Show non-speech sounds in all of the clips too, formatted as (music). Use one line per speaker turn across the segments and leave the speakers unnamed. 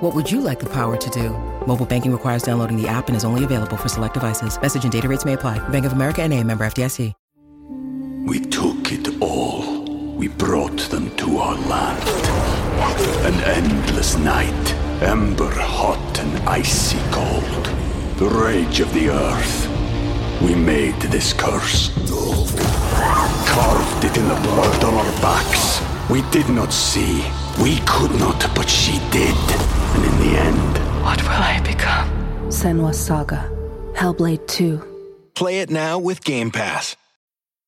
What would you like the power to do? Mobile banking requires downloading the app and is only available for select devices. Message and data rates may apply. Bank of America and a member FDIC.
We took it all. We brought them to our land. An endless night, ember hot and icy cold. The rage of the earth. We made this curse. Carved it in the blood on our backs. We did not see. We could not, but she did. And in the end,
What will I become?
Senwa Saga, Hellblade 2.
Play it now with Game Pass.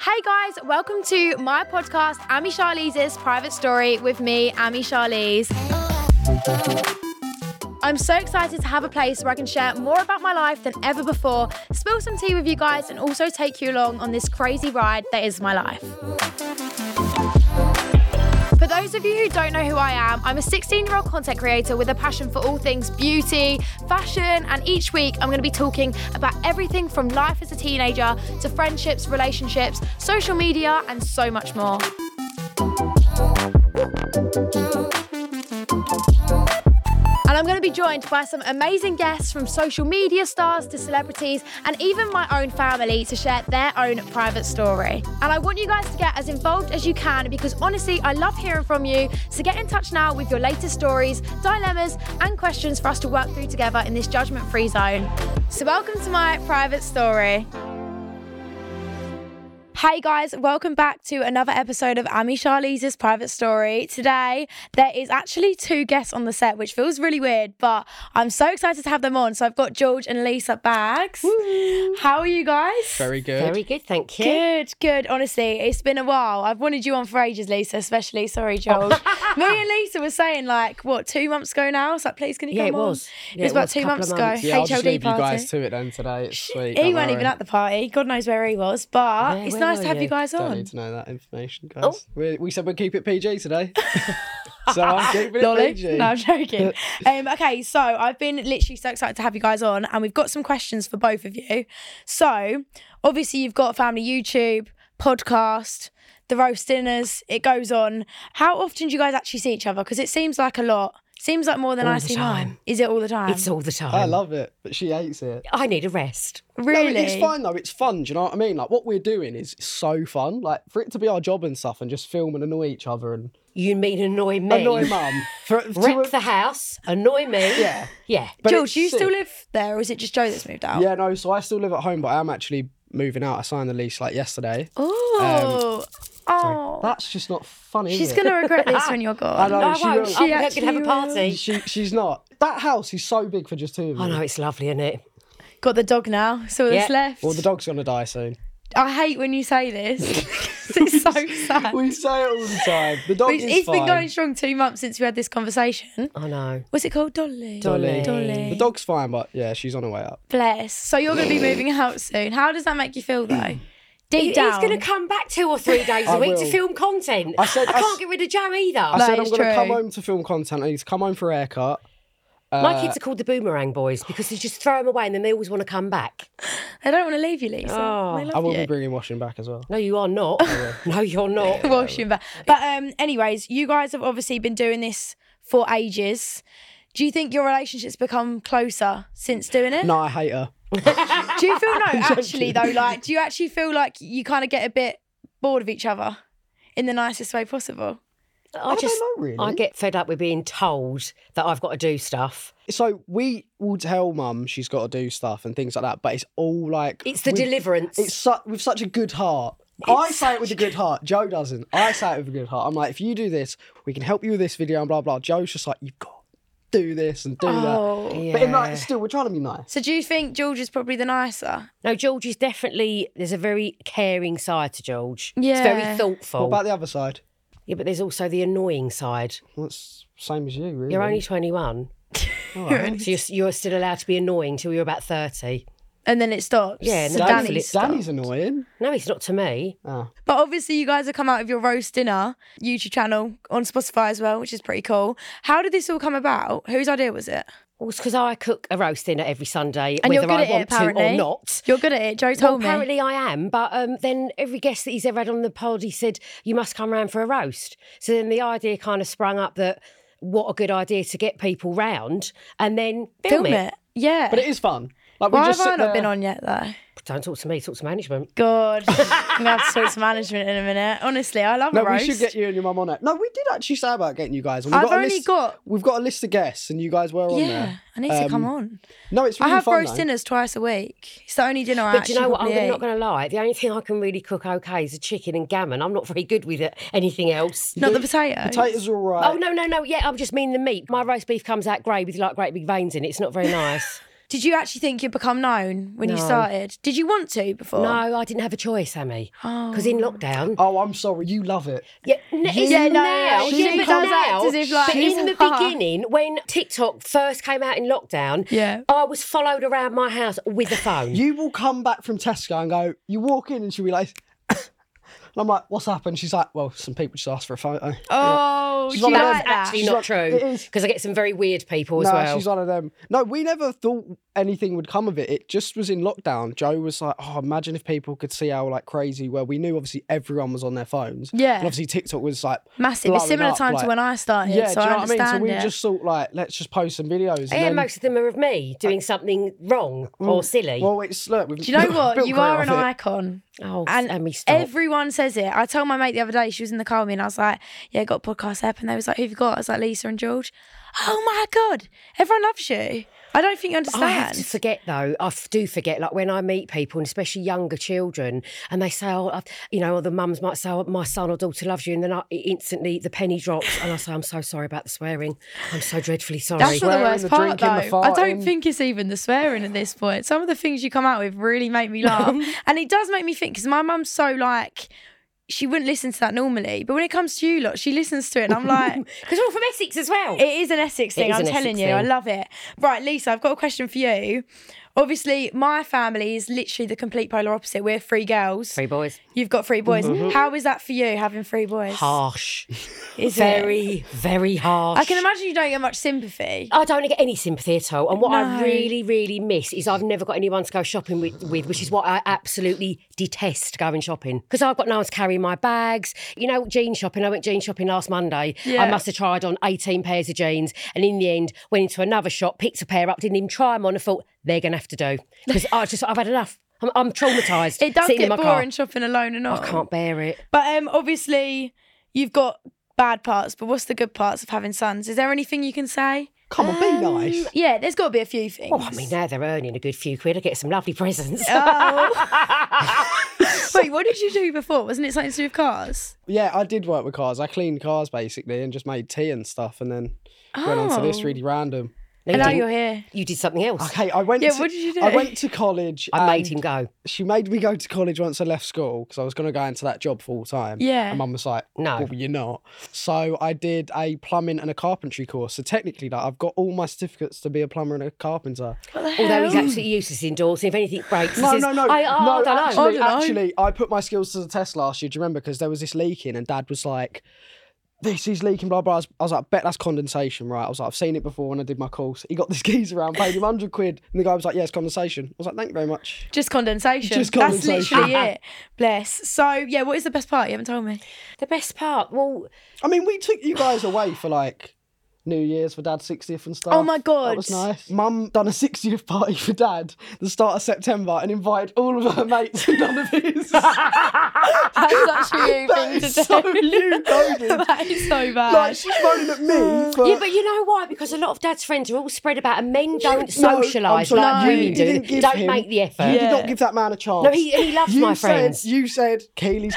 Hey guys, welcome to my podcast, Amy Charlize's Private Story with me, Amy Charlize. I'm so excited to have a place where I can share more about my life than ever before, spill some tea with you guys, and also take you along on this crazy ride that is my life. For those of you who don't know who I am, I'm a 16 year old content creator with a passion for all things beauty, fashion, and each week I'm going to be talking about everything from life as a teenager to friendships, relationships, social media, and so much more. And I'm going to be joined by some amazing guests from social media stars to celebrities and even my own family to share their own private story. And I want you guys to get as involved as you can because honestly, I love hearing from you. So get in touch now with your latest stories, dilemmas, and questions for us to work through together in this judgment free zone. So, welcome to my private story. Hey guys, welcome back to another episode of Amy Charlize's Private Story. Today, there is actually two guests on the set, which feels really weird, but I'm so excited to have them on. So I've got George and Lisa Bags. How are you guys?
Very good.
Very good, thank you.
Good, good. Honestly, it's been a while. I've wanted you on for ages, Lisa, especially. Sorry, George.
Oh.
Me and Lisa were saying, like, what, two months ago now? It's like, please, can you
Yeah,
come
it
on?
was.
It
Yeah,
was
it
about
was,
two
couple of
months ago.
months.
Yeah, I'll
HLD
just leave
party.
you guys to it then today. It's sweet.
he
don't
weren't even
worry.
at the party. God knows where he was. But
Yeah,
it's
where
nice
were
to have you,
you?
guys
Don't
on.
need to know that information,
Oh.
guys. We, we said we'd keep it PG today. (laughs)
(laughs)
so I'm keeping it
Lolly.
PG.
No, I'm
(laughs)
joking. um, okay, so I've been literally so excited to have you guys on, and we've got some questions for both of you. So, obviously, you've got family YouTube, podcast, the roast dinners, it goes on. How often do you guys actually see each other? Because it seems like a lot. Seems like more than
All
I
the
see mine.
time.
Is it all the time?
It's all the time.
I love it, but she hates it.
I need a rest.
No,
really.
it- it's fine though. It's fun. Do you know what I mean? Like what we're doing is so fun. Like for it to be our job and stuff, and just film and annoy each other and
You mean annoy me?
annoy mum. For, to
Wreck
a-
the house, annoy me.
(laughs) Yeah.
Yeah.
but
George,
it's
do you still
sick.
live there, or is it just Joe that's moved out?
Yeah, no. So I still live at home, but I am actually moving out. I signed the lease like yesterday. Um,
Oh, oh.
That's just not funny.
She's
is it?
gonna regret this when you're gone.
I know,
No,
she
I won't.
will.
I'm going
actually
to Oh, have a
will.
party.
(laughs) She, she's not. That house is so big for just two of
I
you.
know, it's lovely, isn't it?
Got the dog now, so it's
Yeah.
left.
Well, the dog's gonna die soon.
I hate when you say
(laughs)
this. (laughs) it's so sad.
We say it all the time. The dog
It's-
is
it's
fine.
been going strong two months since we had this conversation.
I know.
What's it called? Dolly.
Dolly.
Dolly.
The dog's fine, but yeah, she's on her way up.
Bless. So you're going to be moving out soon. How does that make you feel
Mm.
though? Deep
He-
down.
He's going to come back two or three days
(laughs) I
a week
will.
to film content.
I said- I
can't
s-
get rid of Joe either.
I
That
said I'm
is
gonna come
true.
home to film content. I need to come home for a haircut.
My
Uh,
kids are called the boomerang boys because they just throw them away and then they always want to come back.
I don't want to leave you, Lisa.
Oh.
I love
I will
you.
be bringing washing back as well.
No, you are
(laughs)
not. no, you're not.
Washing back. But um, anyways, you guys have obviously been doing this for ages. Do you think your relationships become closer since doing it?
No, I hate her.
Do you
(laughs)
feel no? actually, though, like, do you actually feel like you kind of get a bit bored of each other in the nicest way possible?
I, just
don't know, really.
I get fed up with being told that I've got to do stuff.
So we will tell mum she's got to do stuff and things like that, but it's all like
It's the
with-
deliverance.
It's su- with such a good heart. I say it with a good heart. Joe doesn't. I say it with a good heart. I'm like, if you do this, we can help you with this video and blah blah. Joe's just like, you've got to do this and do
Oh,
that. But in like, still, we're trying to be nice.
So do you think George is probably the nicer?
No, George is definitely there's a very caring side to George. It's very
Yeah.
thoughtful.
What about the other side?
yeah, but there's also the annoying side.
Well, it's same as you, really.
You're only 21. So you're, you're still allowed to be annoying till you're about 30.
And then it stops.
Yeah,
so
no,
Danny
Danny's-
stopped.
Danny's annoying. Ah.
No, it's not to me.
But obviously, you guys have come out of your roast dinner YouTube channel on Spotify as well, which is pretty cool. How did this all come about? Whose idea was it?
Well, it's because I cook a roast dinner every Sunday,
And
whether
you're good
I
at
want
it, apparently.
to or not.
You're good at it. Joe told
well,
me.
apparently I am, but um, then every guest that he's ever had on the pod, he said, you must come round for a roast. So then the idea kind of sprung up that what a good idea to get people round and then film,
Film it. Yeah.
Eh.
But it is fun. Like we
Why have
just
I
sit
not
there-
been on yet, though?
Don't talk to me, talk to management.
God. I'm going to have to talk to management in a minute. Honestly, I love
(laughs) No,
a roast.
we should get you and your mum on it. No, we did actually say about getting you guys. and we've
I've
got a
only
list-
got-
We've got a list of guests, and you guys were on
yeah,
there.
I need to come
Um,
on.
No, it's
I
really
have
fun.
roast
though.
dinners twice a week. It's the only dinner I
But do
actually
you know what? I'm
probably
not
eat.
going to lie. The only thing I can really cook okay is a chicken and gammon. I'm not very good with it. anything else.
Not the potato.
Potatoes are all right.
Oh, no, no, no. Yeah, I'm just mean the meat. My roast beef comes out grey with like great big veins in it. It's not very
(laughs)
nice.
Did you actually think you'd become known when you
No.
started? Did you want to before?
no, I didn't have a choice, Amy. Because in lockdown.
Oh, I'm sorry. You love it.
Yeah, n- it's
Yeah, no,
now.
she
it's
does
now,
act as if, like,
but in the
she's- Ha.
beginning, when TikTok first came out in lockdown,
Yeah.
I was followed around my house with a phone.
You will come back from Tesco and go, you walk in and she'll be like, (laughs) and I'm like, what's happened? She's like, well, some people just asked for a photo.
Oh,
She's
do you
one of
like that?
those
actually
She's
not
like- it
true
is.
because I get some very weird people as
no,
well.
she's one of them. No, we never thought anything would come of it. It just was in lockdown. Joe was like, oh, imagine if people could see how like crazy. Well, we knew obviously everyone was on their phones.
Yeah.
And obviously TikTok was like
Massive. It's
blowing
similar
up,
time
like-
to when I started,
Yeah,
so
do you
I
know what I mean? So
understand
we
it.
just thought like, let's just post some videos. and
yeah,
then-
most of them are of me doing something wrong or oh, silly.
mm, Well, it's look. We've,
(laughs)
Do
(laughs)
you know what?
built
You
career
are
off
an
it.
icon.
oh,
And
Amy, stop.
everyone says it. I told my mate the other day, she was in the car with me, and I was like, Yeah, got a podcast app. And they was like, Who've you got? I was like, Lisa and George. Oh my God. Everyone loves you. I don't think you understand.
I have to forget though. I f- do forget. Like when I meet people, and especially younger children, and they say, "Oh, I've, you know," or the mums might say, oh, "My son or daughter loves you," and then I, it instantly the penny drops, and I say, "I'm so sorry about the swearing. I'm so dreadfully sorry."
That's not the
Swearing,
worst
the
part, though.
drinking, the
I don't
farting.
think it's even the swearing at this point. Some of the things you come out with really make
(laughs)
me laugh, and it does make me think because my mum's so like. She wouldn't listen to that normally, but when it comes to you lot, she listens to it, and
(laughs)
I'm (laughs) like,
Because we're all from Essex as well.
it is an Essex thing.
is
I'm
an
telling
Essex
you, I
thing.
love it. Right, Lisa, I've got a question for you. Obviously, my family is literally the complete polar opposite. We're three girls.
Three boys.
You've got three boys. How is that for you having three boys?
Harsh.
Is it?
very, very harsh.
I can imagine you don't get much sympathy.
I don't get any sympathy at all. And what I
No.
really, really miss is I've never got anyone to go shopping with, with which is what I absolutely detest going shopping. Because I've got no one to carry my bags. You know, jean shopping. I went jean shopping last Monday.
Yeah.
I must have tried on 18 pairs of jeans. And in the end, went into another shop, picked a pair up, didn't even try them on, and thought, they're going to have to do. Because I just, I've had enough. I'm, I'm traumatised.
(laughs) It does
sitting in
get
my
boring
car.
shopping alone and all.
I can't bear it.
But um, obviously, you've got bad parts, but what's the good parts of having sons? Is there anything you can say?
Come on, be
Oh.
nice.
Yeah, there's got to be a few things.
Oh, I mean, now they're earning a good few quid. I get some lovely presents.
Oh. Wait, what did you do before? Wasn't it something to do with cars?
Yeah, I did work with cars. I cleaned cars basically and just made tea and stuff and then went on to this
Oh.
really random.
(laughs) No, you
and now
didn't.
you're here.
You did something else.
Okay, I went
Yeah,
to,
what did you do?
I went to college.
I made
and
him go.
She made me go to college once I left school because I was going to go into that job full time.
Yeah.
And mum was like,
No.
Well, you're not. So I did a plumbing and a carpentry course. So technically, like, I've got all my certificates to be a plumber and a carpenter.
Although he's absolutely useless indoors, and if anything breaks, he
No,
says,
no, no.
I, I,
no,
I don't know.
actually,
I don't know.
actually, I put my skills to the test last year. Do you remember? Because there was this leaking, and Dad was like, "This is leaking." Blah blah. I was, I was like, I "Bet that's condensation, right?" I was like, "I've seen it before when I did my course." He got this (laughs) geezer around, paid him hundred quid, and the guy was like, "Yeah, it's condensation." I was like, "Thank you very much."
Just condensation.
Just
That's
condensation.
(laughs)
literally it. Bless. So, yeah, what is the best part? You haven't told me.
The best part, well,
I mean, we took you guys away for like New Year's for Dad's 60th and stuff.
Oh my
That
God.
was nice. Mum done a 60th party for Dad the start of September and invited all of her mates and none
(laughs)
of
(laughs)
his.
That's such a you
That
thing to
is so
do.
you, Cody.
(laughs) that is so bad.
like she's moaning at me. For,
Yeah, but you know why? Because a lot of dad's friends are all spread about, and men don't socialise
sorry,
like
you
women do.
didn't give
Don't
him-
make the effort.
You did not give that man a chance.
No, he- he loves
you
my
said-
friends.
You said Kaylee's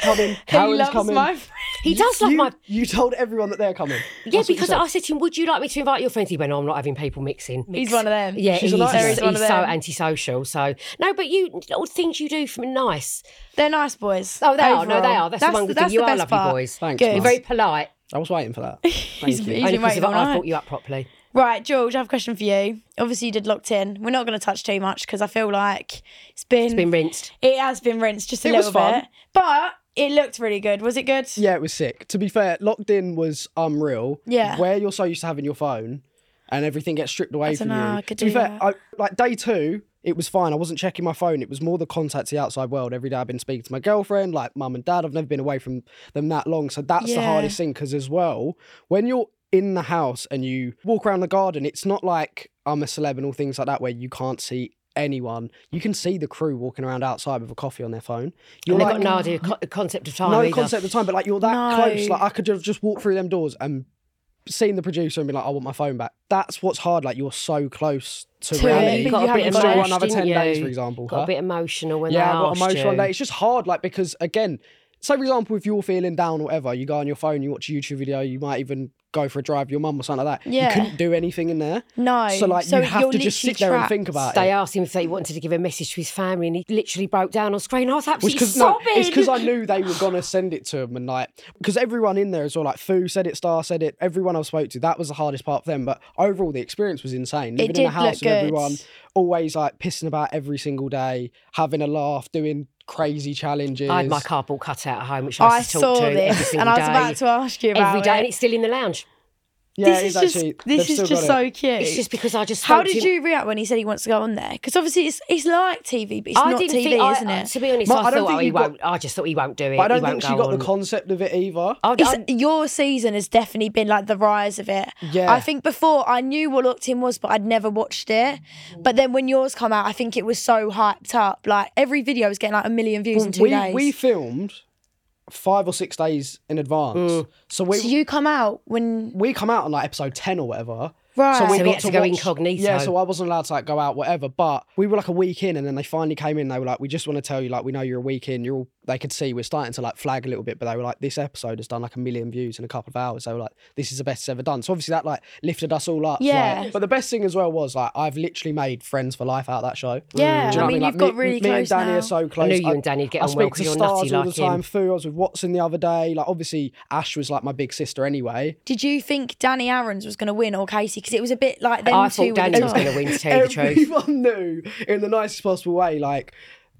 (laughs)
coming. Karen's
loves
coming.
my friends.
He does love
you,
my.
You told everyone that they're coming.
Yeah,
That's what you
because
said.
I said to him, "Would you like me to invite your friends?" He went, "Oh, "I'm not having people mixing."
He's one of them.
Yeah, he's,
She's a nice
he's,
Sarah's one
of
so
them.
antisocial. So no, but you little things you do from nice.
They're nice boys.
Oh, they are. No, they
overall.
are. That's, the one good thing.
that's
You
the
are
best
lovely
part.
boys.
Thanks,
You're
Mum.
very polite.
I was waiting for that.
(laughs)
Thank you.
He's
Only
been
because
waiting
of,
all
I
night.
brought you up properly.
Right, George, I have a question for you. Obviously, you did locked in. We're not going to touch too much because I feel like it's been
It's been rinsed.
It has been rinsed just a
It was
little
fun.
bit, but it looked really good. Was it good?
Yeah, it was sick. To be fair, locked in was unreal.
Yeah.
Where you're so used to having your phone and everything gets stripped away
don't
from
know,
you.
I could
to be
do
fair,
that.
I, like day two, it was fine. I wasn't checking my phone. It was more the contact to the outside world. Every day I've been speaking to my girlfriend, like mum and dad. I've never been away from them that long. So that's the
Yeah.
hardest thing because, as well, when you're in the house and you walk around the garden, it's not like I'm a celeb and all things like that where you can't see anyone. You can see the crew walking around outside with a coffee on their phone. You're
And they've
like, "Mm,
got no idea co- concept of time.
no
either.
concept of time, but like you're that
No.
close. Like I could have just walked through them doors and seen the producer and be like, I want my phone back. That's what's hard. Like you're so close to
To
reality.
it, but you
But
haven't
it's still
got it,
another
didn't
ten days,
you?
for example.
Got
huh?
a bit emotional when
yeah,
they
I got
asked
emotional.
you.
Like, it's just hard, like because again, say for example, if you're feeling down or whatever, you go on your phone, you watch a YouTube video, you might even go for a drive with your mum or something like that.
Yeah.
You couldn't do anything in there.
No.
So like
So
you have
you're
to just
literally
sit there and
trapped.
think about
They
it.
asked him if they wanted to give a message to his family, and he literally broke down on screen. I was
Was
absolutely
'cause-
sobbing.
it's because I knew they were gonna send it to him, and like because everyone in there as well, like Foo said it, Star said it, everyone I spoke to, that was the hardest part for them. But overall, the experience was insane. Living in
did
the house
look
with
good.
everyone, always like pissing about every single day, having a laugh, doing crazy challenges.
I had my cardboard cutout at home, which I,
I
used to talk
saw
to every
this,
single
and I was
day.
about to ask you about
every day, and
it.
it's still in the lounge.
Yeah,
this is
it is
just
actually. they've
this
still
is just
got
so
it.
cute.
It's just because I just.
How
spoke to
did
him-
you react when he said he wants to go on there? Because obviously it's it's like TV, but it's
I
not
didn't
TV,
think. I-
isn't it?
To be honest,
Mum,
I,
I don't
thought
think
oh, he
you got-
won't. I just thought he won't do it.
But I
he
don't
won't
think
go
she got
on.
the concept of it either.
I,
It's,
I-
your season has definitely been like the rise of it.
Yeah.
I think before I knew what Locked In was, but I'd never watched it. But then when yours come out, I think it was so hyped up. Like every video was getting like a million views in two
we,
days.
we filmed five or six days in advance, so we
so you come out when
we come out on like episode 10 or whatever.
Right. So
we had to go incognito.
Yeah, so I wasn't allowed to like go out, whatever. But we were like a week in, and then they finally came in. They were like, "We just want to tell you, like, we know you're a week in. You're all." They could see we're starting to like flag a little bit, but they were like, "This episode has done like a million views in a couple of hours." They were like, "This is the best it's ever done." So obviously that like lifted us all up. like-
Yeah.
but the best thing as well was like I've literally made friends for life out of that show.
Yeah,
Do you know
I
what
mean,
Like,
you've got
me,
really
me
close
and Danny
now.
are so close.
I knew you and Danny'd get
I
on well
speak
'cause
to
you're
stars
nutty
all
like
the
him.
time. Foo, I was with Watson the other day. Like obviously Ash was like my big sister anyway.
did you think Danny Aaron's was going to win or Casey? Because it was a bit like them
I thought
two. were
Danny
the
was
top.
going to win. To tell
(laughs)
you the truth,
Everyone knew in the nicest possible way, like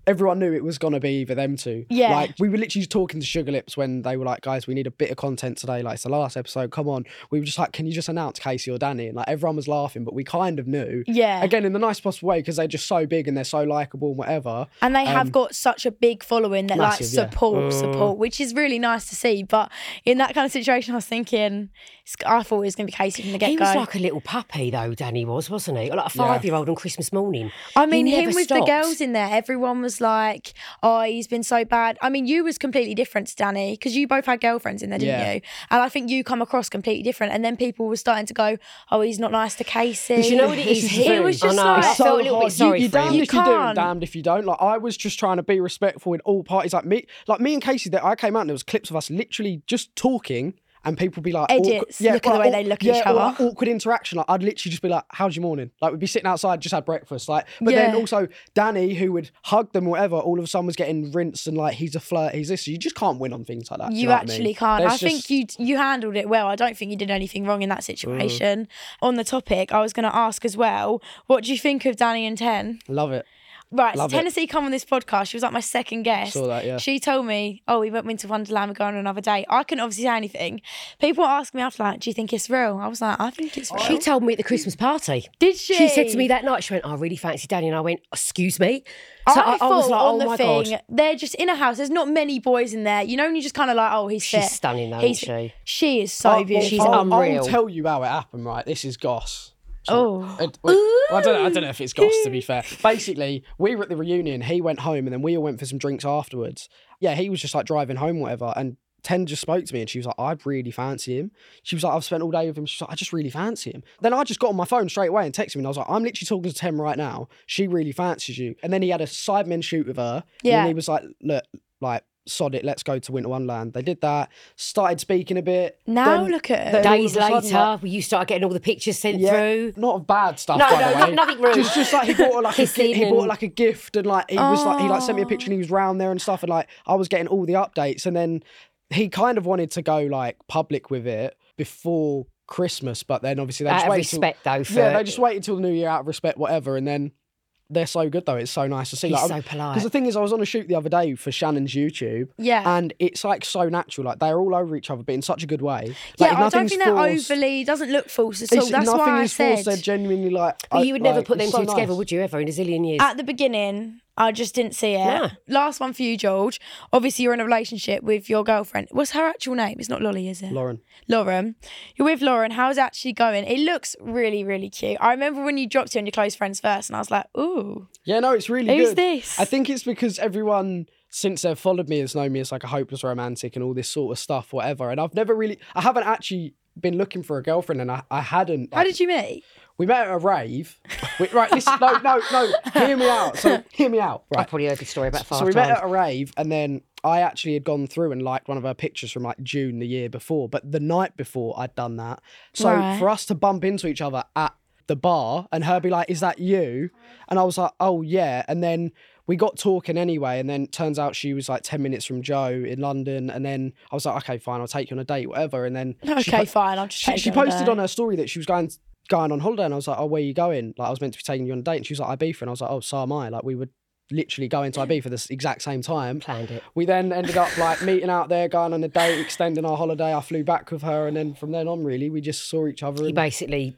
everyone knew it was gonna be either them two.
Yeah.
Like we were literally talking to Sugar Lips when they were like, guys, we need a bit of content today. Like it's the last episode, come on. We were just like, Can you just announce Casey or Danny? And like everyone was laughing, but we kind of knew.
Yeah.
Again, in the nicest possible way, because they're just so big and they're so likable and whatever.
And they have got such a big following that
Massive, yeah.
like support,
Mm.
support, which is really nice to see. But in that kind of situation, I was thinking, it's- I thought it was going to be Casey from the get
he
go.
was like a little puppy, though. Danny was, wasn't he? Like a five-year-old on Christmas morning.
I
He
mean, him
never
with
stopped.
the girls in there, everyone was like, oh, he's been so bad. I mean, you was completely different to Danny because you both had girlfriends in there, didn't
Yeah.
you? And I think you come across completely different. And then people were starting to go, oh, he's not nice to Casey.
But you know what
(laughs)
it is?
It was
I
just
know,
like,
I felt a little bit
hard.
sorry
you, you're
for
damned
him.
if you do
can't.
and damned if you don't. Like I was just trying to be respectful in all parties. Like me, like me and Casey, that I came out and there was clips of us literally just talking. And people be like,
Edits,
awkward-
look at the
or
way
like,
they look at
yeah,
each
or
other.
like awkward interaction. Like I'd literally just be like, "How's your morning?" Like we'd be sitting outside, just had breakfast. Like, but then
Yeah.
also Danny, who would hug them, or whatever. All of a sudden was getting rinsed and like he's a flirt. He's this. You just can't win on things like that. do
You
know what I mean?
actually can't.
There's
I think
just-
you you handled it well. I don't think you did anything wrong in that situation. On the topic, I was going to ask as well. What do you think of Danny and Ten?
love it.
Right,
Love
so
it.
Tennessee come on this podcast. She was like my second guest.
Saw that, yeah.
She told me, "Oh, we went into Wonderland. We're going on another day." I couldn't obviously say anything. People were asking me after, like, "Do you think it's real?" I was like, "I think it's real."
She told me at the Christmas party.
Did she?
She said to me that night, she went, I really fancy Danny. And I went, Excuse me. So I,
I,
I was
thought
like,
on
Oh
the
my
thing,
God.
they're just in a house. There's not many boys in there, you know. And you're just kind of like, "Oh, he's
She's
fit.
stunning though,
He's-
isn't she?
She is so
Oh,
beautiful.
she's
I'll,
unreal.
I'll tell you how it happened, right? This is goss.
oh,
It- well, I don't know. I don't know if it's goss to be fair. Basically, we were at the reunion. He went home, and then we all went for some drinks afterwards. Yeah, he was just like driving home, whatever. And Ten just spoke to me, and she was like, "I really fancy him." She was like, "I've spent all day with him." She's like, "I just really fancy him." Then I just got on my phone straight away and texted him, and I was like, "I'm literally talking to Ten right now. She really fancies you." And then he had a Sidemen shoot with her. And
Yeah.
then he was like, "Look, like." Sod it, let's go to Winter Wonderland. They did that, started speaking a bit.
now
then-
look at her.
then all
Days
of a sudden,
later,
like,
you started getting all the pictures sent through.
not of bad stuff.
No,
by
no,
the
no-
way.
nothing rude.
Just, just like he bought her, like a,
Kissing
gi- he bought
and-
like a gift, and like he was like he like sent me a picture, and he was round there and stuff, and like I was getting all the updates, and then he kind of wanted to go like public with it before Christmas, but then obviously they
Out
just
of
waited.
respect, though, for
yeah, they just waited till the new year out of respect, whatever, and then. They're so good though. It's so nice to see.
He's
like,
so polite.
Because the thing is, I was on a shoot the other day for Shannon's YouTube.
Yeah.
And it's like so natural. Like they're all over each other, but in such a good way.
yeah,
Like,
I don't
nothing's
think they're
forced.
overly. Doesn't look false at all.
It's-
That's
nothing
why I
is forced.
said.
They're genuinely like.
But you would never
like,
put them
it's
two
so
together,
nice.
would you, ever, in a zillion years?
at the beginning, I just didn't see it.
No.
Last one for you, George. Obviously, you're in a relationship with your girlfriend. What's her actual name? It's not Lolly, is it?
Lauren.
Lauren. You're with Lauren. How's it actually going? It looks really, really cute. I remember when you dropped it on your close friends first, and I was like, ooh.
Yeah, no, it's really
Who's
good.
this?
I think it's because everyone since they've followed me has known me as like a hopeless romantic and all this sort of stuff, whatever. And I've never really, I haven't actually been looking for a girlfriend, and I, I hadn't.
How did you meet?
we met at a rave. We- right, listen, no, no, no. Hear me out. So hear me out.
I
Right.
probably heard the story about five
So we met
times.
at a rave, and then I actually had gone through and liked one of her pictures from like June the year before. But the night before, I'd done that. So
Right.
for us to bump into each other at the bar and her be like, "Is that you?" and I was like, "Oh yeah," and then. We got talking anyway, and then turns out she was like 10 minutes from Joe in London. And then I was like, okay, fine, I'll take you on a date, whatever. And then she
Okay,
po-
fine. I'll just
she,
take
she
it on a
posted
date.
on her story that she was going going on holiday, and I was like, "Oh, where are you going?" Like I was meant to be taking you on a date, and she was like, "Ibiza," and I was like, "Oh, so am I." Like we were literally going to Ibiza this exact same time.
Planned it.
We then ended up like meeting out there, going on a date, extending our holiday. I flew back with her, and then from then on, really, we just saw each other.
He
And,
basically,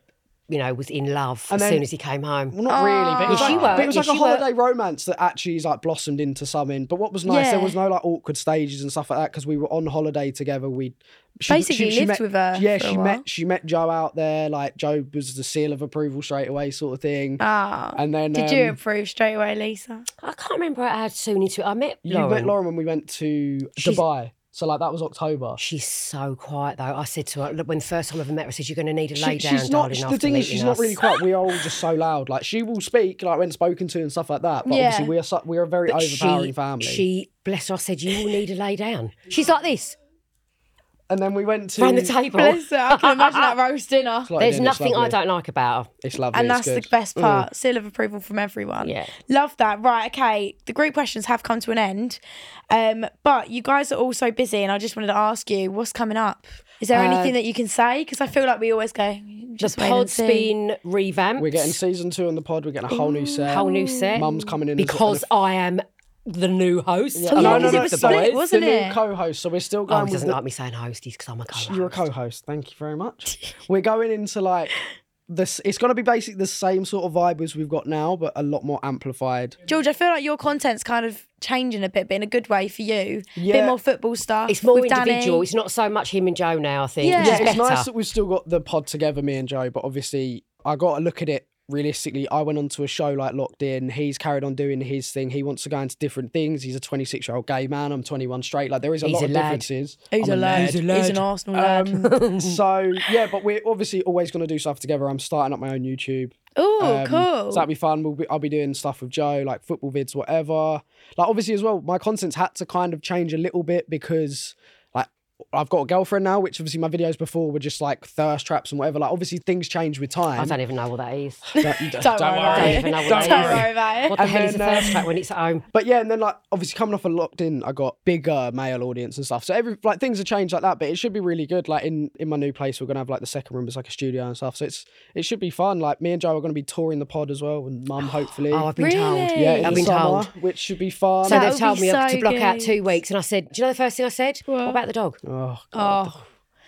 you know, was in love
And
as
then-
soon as he came home.
well, not really, but it
Yes,
was like,
you were.
but it was
Yes,
like a
you were.
holiday romance that actually is like blossomed into something. But what was nice, there
Yeah.
was no like awkward stages and stuff like that because we were on holiday together. We she,
Basically lived
met-
with her
Yeah,
for a
she
while.
met she met Joe out there. Like Joe was the seal of approval straight away, sort of thing.
Ah.
and then
Did you
um,
approve straight away, Lisa?
I can't remember how soon into it. I met
you met Lauren when we went to
She's-
Dubai. So like that was October.
She's so quiet though. I said to her, look, when the first time I ever met her, I said, you're going to need a
She-
lay down,
she's not.
darling.
The
after
thing is, she's
meeting
not
us."
really quiet. We are all just so loud. Like she will speak, like when spoken to and stuff like that. But
Yeah.
obviously, we are so, we are a very
But
overpowering
she,
family.
She, bless her, I said, you will need a lay
(laughs)
down. She's like this,
and then we went to
round the table.
Oh.
Bless her. I can imagine that roast dinner.
It's like
There's
dinner, it's
nothing I
lovely.
don't like about her.
It's lovely.
And that's
it's
the
good. Mm.
best part. Seal of approval from everyone.
Mm. Yeah.
Love that. Right, okay. The group questions have come to an end. Um, but you guys are all so busy and I just wanted to ask you, what's coming up? Is there anything that you can say? Because I feel like we always go,
Uh, The
just wait and
pod's
see."
been revamped.
We're getting season two on the pod. We're getting a whole new set.
Mm. whole new set.
Mum's coming in as a-
because I am the new host.
Oh,
along
yeah,
no, no,
with
because
no,
it was
the
split,
boys.
wasn't
the
it?
New co-host. So we're still
Oh,
going.
he
with
doesn't
the-
like me saying host. He's because I'm a co-host.
You're a co-host. Thank you
(laughs)
very much. We're going into like this. It's going to be basically the same sort of vibe as we've got now, but a lot more amplified.
George, I feel like your content's kind of changing a bit, but in a good way for you. Bit
Yeah.
more football stuff.
It's more
with
individual.
Danny.
It's not so much him and Joe now. I think.
Yeah.
which
Yeah,
is
it's
better.
nice that we've still got the pod together, me and Joe. But obviously, I got to look at it realistically. I went onto a show like Locked In. He's carried on doing his thing. He wants to go into different things. He's a 26 year old gay man. I'm 21 straight. Like there is a
He's
lot
a
of
lad.
differences.
He's
I'm
a lad.
lad.
He's an Arsenal lad.
Um, (laughs) so yeah, but we're obviously always going to do stuff together. I'm starting up my own YouTube.
Oh,
Um,
cool.
So that'd be fun. We'll be, I'll be doing stuff with Joe, like football vids, whatever. Like obviously as well, my content's had to kind of change a little bit because like I've got a girlfriend now, which obviously my videos before were just like thirst traps and whatever. Like obviously things change with time.
I don't even know what that
(laughs)
is.
Don't- you
(laughs)
don't-
Don't,
don't
worry
worry.
about
Don't
it.
even know what that
Don't
is.
worry about it.
What the hell is a
then,
thirst
um,
trap when it's at home?
But yeah, and then like obviously coming off a locked in, I got bigger male audience and stuff. So every like things have changed like that, but it should be really good. Like in in my new place, we're gonna have like the second room as like a studio and stuff. So it's it should be fun. Like me and Joe are gonna be touring the pod as well,
(gasps)
and Mum hopefully.
Oh, I've been told.
Really?
yeah, in
I've
the
been
summer,
told.
which should be fun.
So
Oh,
That
they've
would
told
be
me
so
to block out
good.
two weeks, and I said, "Do you know the first thing I said? What, about the dog?"
oh,
Oh,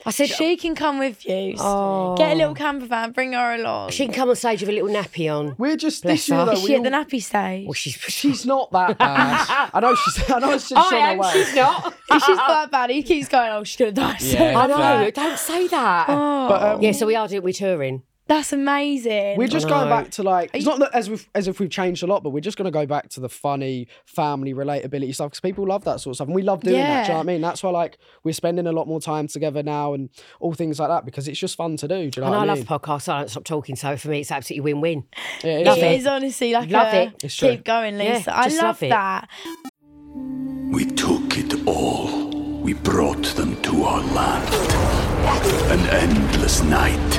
I said,
she can come with you.
Oh.
Get a little camper van, bring her
Oh.
along.
"She can come on stage with a little nappy on."
we're just
Bless
this year
her.
though.
Is
we
she at
all-
the nappy stage?
Well, she's (laughs)
(laughs) She's not that bad. I know she's. I know she's on her way. (laughs)
not.
If
uh,
she's quite bad. He keeps going, oh, she's going to die
(laughs)
soon.
I know. Don't say that.
Oh.
But, um,
Yeah, so we are doing we're touring.
(laughs) That's amazing.
We're just going
know.
back to like it's not that as if as if we've changed a lot, but we're just going to go back to the funny family relatability stuff because people love that sort of stuff, and we love doing that. Do you know
Yeah.
what I mean? That's why like we're spending a lot more time together now and all things like that because it's just fun to do. Do you
And
know what
I
I
love
mean?
podcasts. I don't stop talking. So for me, it's absolutely win-win.
Yeah, it is.
love
it
it.
is honestly like
Love
a,
it.
It's true.
keep going,
Yeah,
Lisa. I
just
love,
love it.
that.
We took it all. We brought them to our land. An endless night,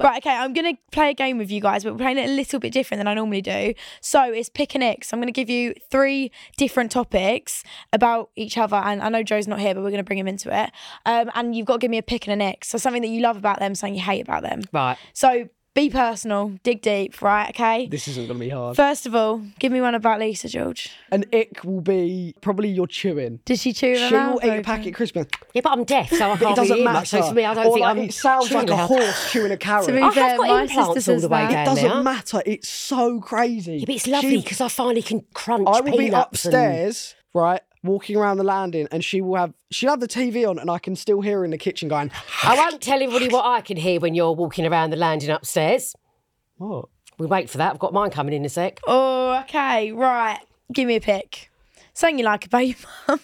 Right, okay, I'm going to play a game with you guys, but we're playing it a little bit different than I normally do. So it's pick an X. I'm going to give you three different topics about each other. And I know Joe's not here, but we're going to bring him into it. Um, and you've got to give me a pick and an X. So something that you love about them, something you hate about them.
Right.
So be personal, dig deep, right, okay?
This isn't going to be hard.
First of all, give me one about Lisa, George.
An ick will be probably your chewing.
Did she chew her
She will
mouth
eat a
open?
packet Christmas.
Yeah, but I'm deaf, so I
It
can't really
doesn't
hear
matter.
much. So to me, I don't
or
think
like,
I'm.
it sounds
chewing
like a
loud. (laughs)
horse chewing a carrot.
To be
I
It
have
fair,
got
my
implants all
sister says
the way
that.
down.
doesn't
now.
matter. It's so crazy.
Yeah, but it's
She-
lovely because I finally can crunch.
I will be
peanuts and-
upstairs, right, walking around the landing, and she will have she'll have the TV on, and I can still hear her in the kitchen going,
I won't tell everybody what I can hear when you're walking around the landing upstairs.
"What?
We wait for that. I've got mine coming in a sec.
Oh, okay, right. Give me a pick. Something you like about your
(laughs)
mum.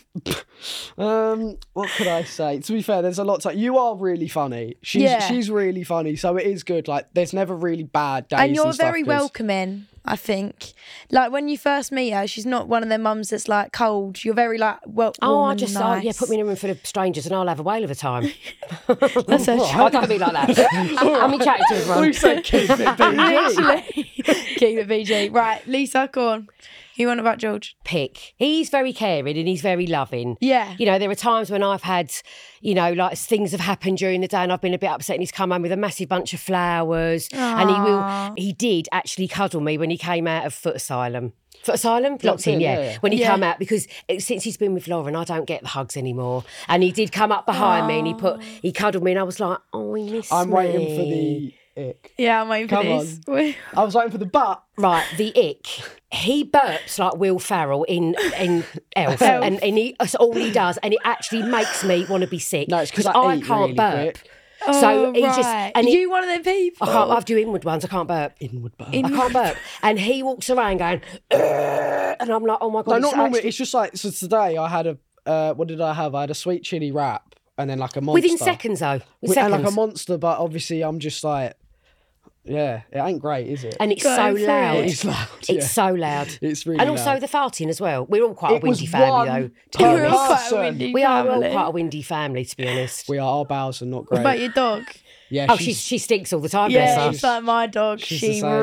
Um, what could I say?" To be fair, there's a lot. To, you are really funny. She's
Yeah.
she's really funny, so it is good. Like, there's never really bad days.
And you're
stuff,
very
'cause-
welcoming, I think. Like when you first meet her, she's not one of them mums that's like cold. You're very like well.
Oh,
warm
I
and
just
nice.
oh, yeah, put me in a room full of strangers and I'll have a whale of a
(laughs)
time. (laughs)
That's her
I don't be like that. (laughs) I'm in chatting to everyone.
You said keep
(laughs)
it PG.
Literally. (laughs) Keep it BG. Right, Lisa, go on. You want about George?
pick. He's very caring and he's very loving.
Yeah.
You know, there are times when I've had, you know, like things have happened during the day and I've been a bit upset and he's come home with a massive bunch of flowers. And he will he did actually cuddle me when he came out of foot asylum. Foot asylum? Locked, in,
in,
yeah.
yeah.
When he
Yeah.
came out, because it- since he's been with Lauren, I don't get the hugs anymore. And he did come up behind me and he put he cuddled me and I was like, Oh, he missed
I'm
me.
waiting for the ick.
Yeah, I'm waiting for
Come
this. (laughs)
I was waiting for the but.
Right, the ick. He burps like Will Farrell in in Elf,
Elf.
and, and he, that's all he does, and it actually makes me want to be sick.
No, it's 'cause I
I
eat
can't
really
burp.
quick.
So he just
Oh, right.
and he,
you one of them
I
people.
can't. I do inward ones. I can't burp. Inward burp. I can't burp. And he walks around going, "Ugh," and I'm like, oh my god.
No,
it's
not normally.
actually-
It's just like so. Today I had a uh, what did I have? I had a sweet chili wrap, and then like a monster.
within seconds though. Within
We- and
seconds.
like a monster, but obviously I'm just like, yeah, it ain't great, is it? (laughs)
And it's
Go
so
for it.
loud.
it's loud.
It's
yeah.
so loud.
It's really
And also
loud.
the farting as well. We're all quite
It
a
was
windy family
one
though. to be
We're
honest.
all quite a
person.
windy
We are all
family.
quite a windy family, to be honest.
we are our bowels are not
What
great.
about your dog?
yeah,
Oh, she she stinks all the time, bless
Yeah,
her.
it's like my dog.
she's the
she
same.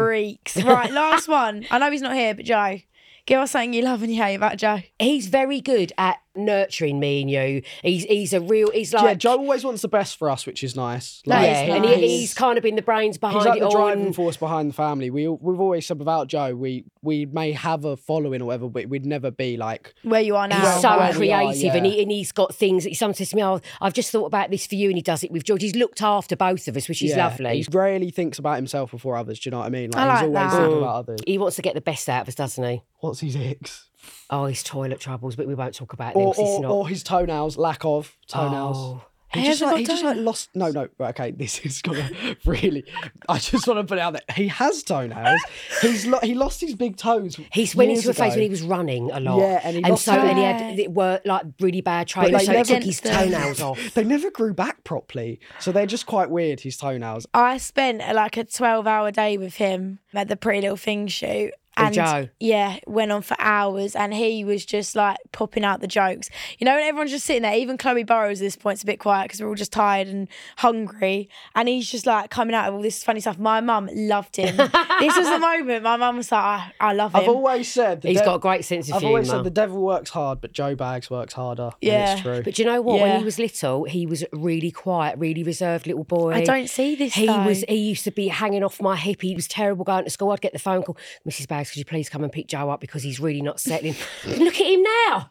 (laughs)
reeks. Right, last one. I know he's not here, but Joe, give us something you love and you hate about Joe.
He's very good at nurturing me and you. He's he's a real. He's like
yeah, Joe always wants the best for us, which is nice.
That
yeah,
is
and
nice.
he, he's kind of been the brains behind
He's like
it
the
all.
driving
and-
force behind the family. We we've always said about Joe, we we may have a following or whatever, but we'd never be like
Where you are now.
He's so
where we
creative
are,
and,
yeah.
he, and he's got things that he sometimes says to me, oh, I've just thought about this for you, and he does it with George. He's looked after both of us, which is
yeah,
lovely.
He rarely thinks about himself before others. Do you know what I mean? Like,
I like
he's always
that.
thinking about others.
He wants to get the best out of us, doesn't he?
What's his icks?
Oh, his toilet troubles, but we won't talk about them
Or,
'cause it's
or,
not.
or his toenails, lack of toenails.
Oh,
He
He
just
hasn't
like,
got
he just like
toenails.
lost. No, no. right, Okay, this is gonna (laughs) really. I just want to put it out there. He has toenails. He's lo- he lost his big toes.
He went
years
into a phase
ago.
when he was running a lot.
Yeah, and he lost
so and he
Right.
had it were like really bad training,
they
so he
never-
took his toenails off.
(laughs) They never grew back properly, so they're just quite weird. His toenails.
I spent uh, like a 12 hour day with him at the Pretty Little Thing shoot.
Oh,
And
Joe.
yeah, went on for hours and he was just like popping out the jokes. You know, and everyone's just sitting there, even Chloe Burrows at this point's a bit quiet because we're all just tired and hungry. And he's just like coming out of all this funny stuff. My mum
(laughs)
loved him. this was the moment my mum was like, I, I love him.
I've always said the
He's
dev-
got a great sense of
I've always said
humour.
the devil works hard, but Joe Bags works harder. and
Yeah.
it's true.
But do you know what? When
Yeah.
he was little, he was really quiet, really reserved little boy.
I don't see this,
He
though.
was. He used to be hanging off my hip. He was terrible going to school. I'd get the phone call, Mrs. Bags, could you please come and pick Joe up because he's really not settling. (laughs) Look at him now,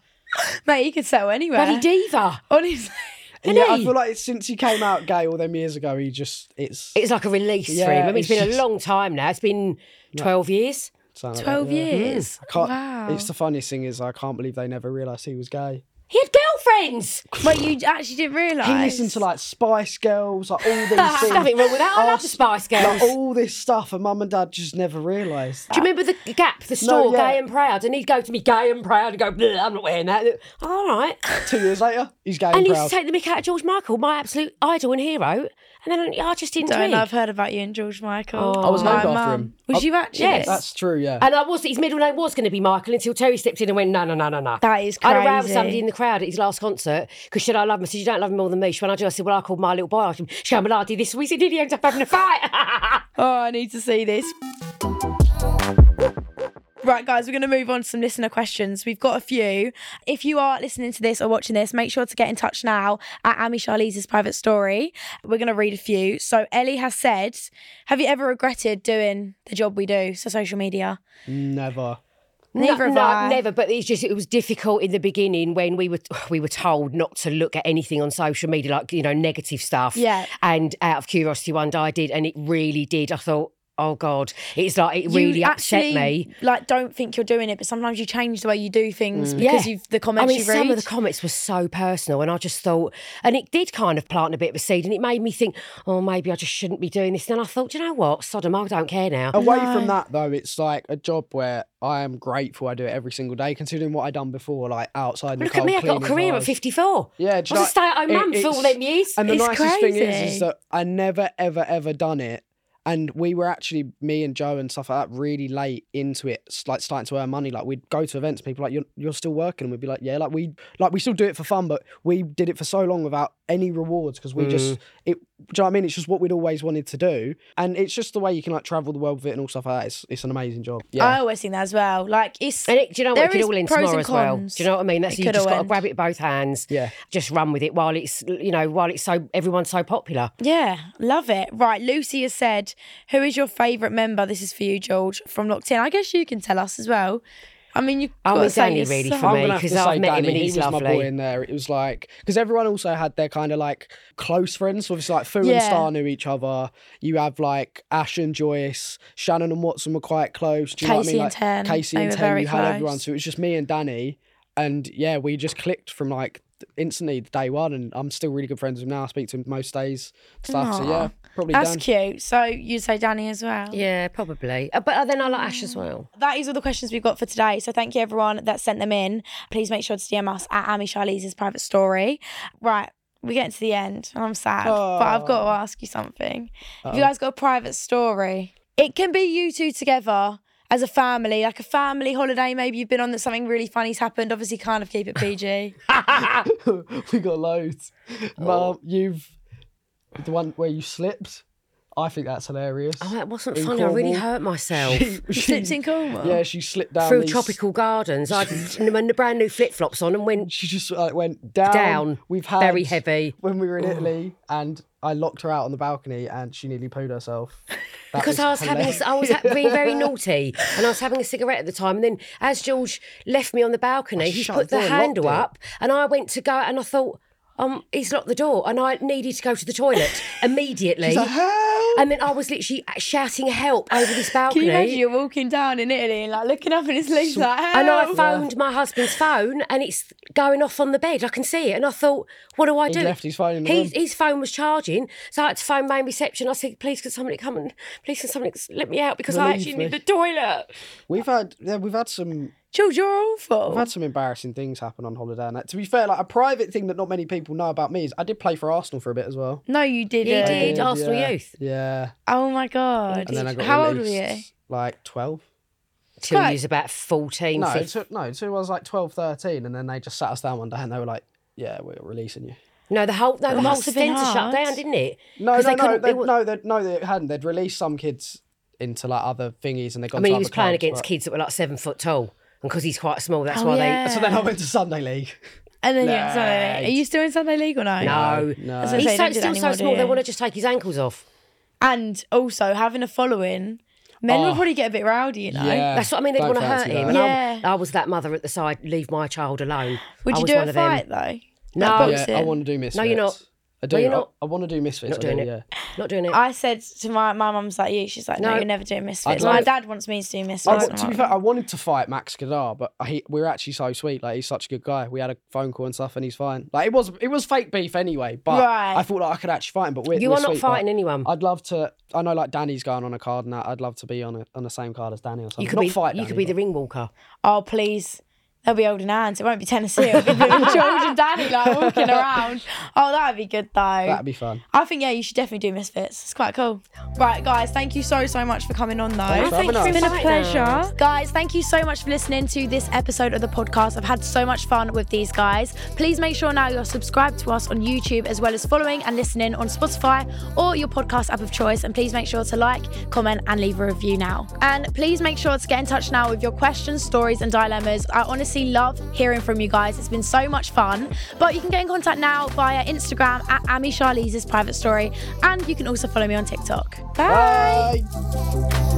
Mate, he could settle anywhere.
bloody diva.
Honestly. (laughs)
yeah, I
he?
feel like since he came out gay all them years ago, he just it's
It's like a release for
Yeah,
him. I mean, it's
it's
been a
just-
long time now. It's been twelve years.
something like that,
12
yeah.
years.
I can't.
Wow.
It's the funniest thing is I can't believe they never realised he was gay.
He had girlfriends.
(laughs) Wait, you actually didn't realise?
He listened to like Spice Girls, like
(laughs)
all these
There's
things.
nothing wrong with that. I love the
Us-
Spice Girls.
Like, all this stuff, and mum and dad just never realised.
Do you remember the Gap, the store,
yeah.
gay and proud? And he'd go to me, gay and proud, and go, "Bleh, I'm not wearing that. All right.
Two years later, he's gay and,
and he used
proud.
to take the mick out of George Michael, my absolute idol and hero. And then I just didn't
Don't
twig.
know, I've heard about you and George
Oh.
Michael.
I was
Oh, My
named after
mum.
him. Oh,
Was you actually?
yes.
That's true, yeah.
And I was his middle name was going to be Michael until Terry stepped in and went, no, no, no, no, no.
That is
I had a row with
crazy.
somebody in the crowd at his last concert because she said, I love him. I said, you don't love him more than me. She went, I do. I said, well, I called my little boy after him. She went, well, I did this. We said, did he end up having a fight? (laughs)
Oh, I need to see this. Right, guys, we're going to move on to some listener questions. We've got a few. If you are listening to this or watching this, make sure to get in touch now at Amy Charlize's private story. We're going to read a few. So, Ellie has said, Have you ever regretted doing the job we do? So, social media.
never.
Neither
no,
have
no,
I.
never. But it's just it was difficult in the beginning when we were (sighs) we were told not to look at anything on social media, like you know negative stuff.
Yeah.
And out of curiosity, one day I did, and it really did. I thought, oh god, it's like it
You
really upset
actually,
me.
Like, don't think you're doing it, but sometimes you change the way you do things Mm. because
Mm. Yeah.
you've the
I
comments
mean,
you read.
some of the comments were so personal, and I just thought, and it did kind of plant a bit of a seed, and it made me think, oh, maybe I just shouldn't be doing this. And I thought, "Do you know what, Sodom, I don't care now.
Away from that though, it's like a job where I am grateful I do it every single day, considering what I done before, like outside. in the
Look at
cold,
me, I got a
cleaning
career
knives.
at 54.
Yeah,
I
do
was
you
a
know-
stay at home
it-
mum for all
it's-
them years.
And the
It's
nicest thing is,
crazy.
is that I never, ever, ever done it. And we were actually me and Joe and stuff like that really late into it, s- like starting to earn money. Like we'd go to events, people like you're you're still working, and we'd be like, yeah, like we like we still do it for fun, but we did it for so long without any rewards because we just it. Do you know what I mean? It's just what we'd always wanted to do, and it's just the way you can like travel the world with it and all stuff like that. It's it's an amazing job.
I
Yeah,
always think that as well. Like, it's.
And it, do you know what?
there
It could
is
all end
pros
tomorrow
and
as well.
cons.
Do you know what I mean? That's
It
you
could
just
all
got to
end.
grab it with both hands.
Yeah.
Just run with it while it's you know while it's so everyone's so popular.
Yeah, love it. Right, Lucy has said, "Who is your favourite member?" This is for you, George, from Locked In. I guess you can tell us as well. I mean, you.
Oh,
got
it's
say
only
your
really
side.
for
I'm
me.
gonna have to
'cause I've
say
met him
Danny,
and
he
he's
was my boy
lovely.
in there. It was like because everyone also had their kind of like close friends. So obviously, like Fu and
Yeah.
Star knew each other. You have like Ash and Joyce, Shannon and Watson were quite close. Do you know what I
Casey
mean?
and
Like
Ten,
Casey
they
and
were
Ten,
very
you had everyone.
close.
So it was just me and Danny, and yeah, we just clicked from like instantly day one, and I'm still really good friends with him now. I speak to him most days, and stuff. So yeah, probably
That's
Dan.
cute. So you say Danny as well.
Yeah, probably. Uh, But uh, then I like Ash as well.
That is all the questions we've got for today. So thank you everyone that sent them in. Please make sure to DM us at Amy Charlize's private story. Right, we get to the end and I'm sad, but I've got to
Oh.
ask you something. Have you guys got a private story? It can be you two together as a family, like a family holiday. Maybe you've been on that something really funny's happened. Obviously, kind of
(sighs)
keep it PG.
(laughs) we got loads.
Oh.
Mum, you've the one where you slipped. I think that's hilarious.
Oh, that wasn't
In
funny. I really
Cornwall.
hurt myself.
she,
Slipped in Cornwall.
Yeah, she slipped down
Through
these-
tropical gardens,
(laughs)
I had my brand new flip flops on and went
She just like went down.
Down.
We've had
Very heavy.
when we were in Italy, and I locked her out on the balcony, and she nearly
(laughs)
pooed herself. That
because I was having,
hilarious.
a, I was ha- being
(laughs)
very naughty, and I was having a cigarette at the time. And then, as George left me on the balcony, he
shut
put
the
the
door and
handle
locked it.
up, and I went to go, and I thought, um, he's locked the door, and I needed to go to the
(laughs)
toilet immediately. I mean, I was literally shouting help over this
Can
balcony.
you imagine you're walking down in Italy and like looking up and his legs like,
and I
"Help."
phoned my husband's phone, and it's going off on the bed. I can see it, and I thought, "What do I
He'd
do?"
left his phone in the
He-
room.
his phone was charging, so I had to phone main reception. I said, "Please, could somebody come and please, can somebody let me out because I
Relieve
actually
me."
need the toilet."
We've had yeah, we've had some
Jules, you're awful.
I've had some embarrassing things happen on holiday, and that, to be fair, like a private thing that not many people know about me is I did play for Arsenal for a bit as well.
no, you didn't.
You did Arsenal
yeah,
youth.
Yeah,
Oh my god.
and then I got
How old were
released,
you?
Like twelve.
Till
Right.
he was about 14,
No, it
15.
took, no, it took, I was like 12, 13, and then they just sat us down one day and they were like, "Yeah, we're releasing you."
No, the whole no, the whole
must have been
centre shut
hard.
down, didn't it?
No,
'Cause
no, no,
couldn't-
they,
were-
no, they, no, they hadn't. They'd released some kids into like other thingies, and they got.
I mean,
to
he was
other
playing
clubs,
against
but-
kids that were like seven foot tall, and because he's quite small, that's
Oh,
why
yeah.
So then I went to Sunday league.
And then you're in Sunday League. Are you still in Sunday League or no?
they. No,
That's what I
he's
say,
so,
don't
still
do that
so
anymore, do
small. They
you?
want to just take his ankles off.
And also having a following, men
Ah.
will probably get a bit rowdy, you know.
Oh. Yeah.
That's what I mean. They
don't
want to hurt
fancy
him.
that.
And
Yeah.
I'm- I was that mother at the side. Leave my child alone.
Would
I
you
was
do
one
a
of them.
fight though?
No,
Like
yeah,
boxing?
I want to do misfits.
you're not.
I do.
you're
I-
not.
I, want to do misfits.
Not
I
doing
do,
it.
Yeah.
Not doing it.
I said to my my mum's like you. She's like, no,
No.
you're never doing misfits.
don't-
My dad wants me to do misfits.
I,
and
Oh, to
I'm
be
like,
fair, I wanted to fight Max Kadar, but he, we're actually so sweet. Like he's such a good guy. We had a phone call and stuff, and he's fine. Like it was, it was fake beef anyway. But
Right.
I thought like, I could actually fight him. But we're,
You
we're
are not
sweet, but
fighting anyone.
I'd love to. I know like Danny's going on a card, and that I'd love to be on a, on the same card as Danny or something.
you could
not
be.
fight.
you
Danny,
could be the
but-
ring walker.
oh please. They'll be holding hands. It won't be Tennessee. It'll be little George and Danny like walking around. Oh, that'd be good though.
That'd be fun.
I think yeah, you should definitely do misfits. It's quite cool. Right, guys, thank you so so much for coming on though.
Thanks for having
It's
us.
been a pleasure. Guys, thank you so much for listening to this episode of the podcast. I've had so much fun with these guys. Please make sure now you're subscribed to us on YouTube as well as following and listening on Spotify or your podcast app of choice. And please make sure to like, comment, and leave a review now. And please make sure to get in touch now with your questions, stories, and dilemmas. I honestly love hearing from you guys. It's been so much fun. But you can get in contact now via Instagram at Amy Charlize's private story. And you can also follow me on TikTok. Bye.
Bye.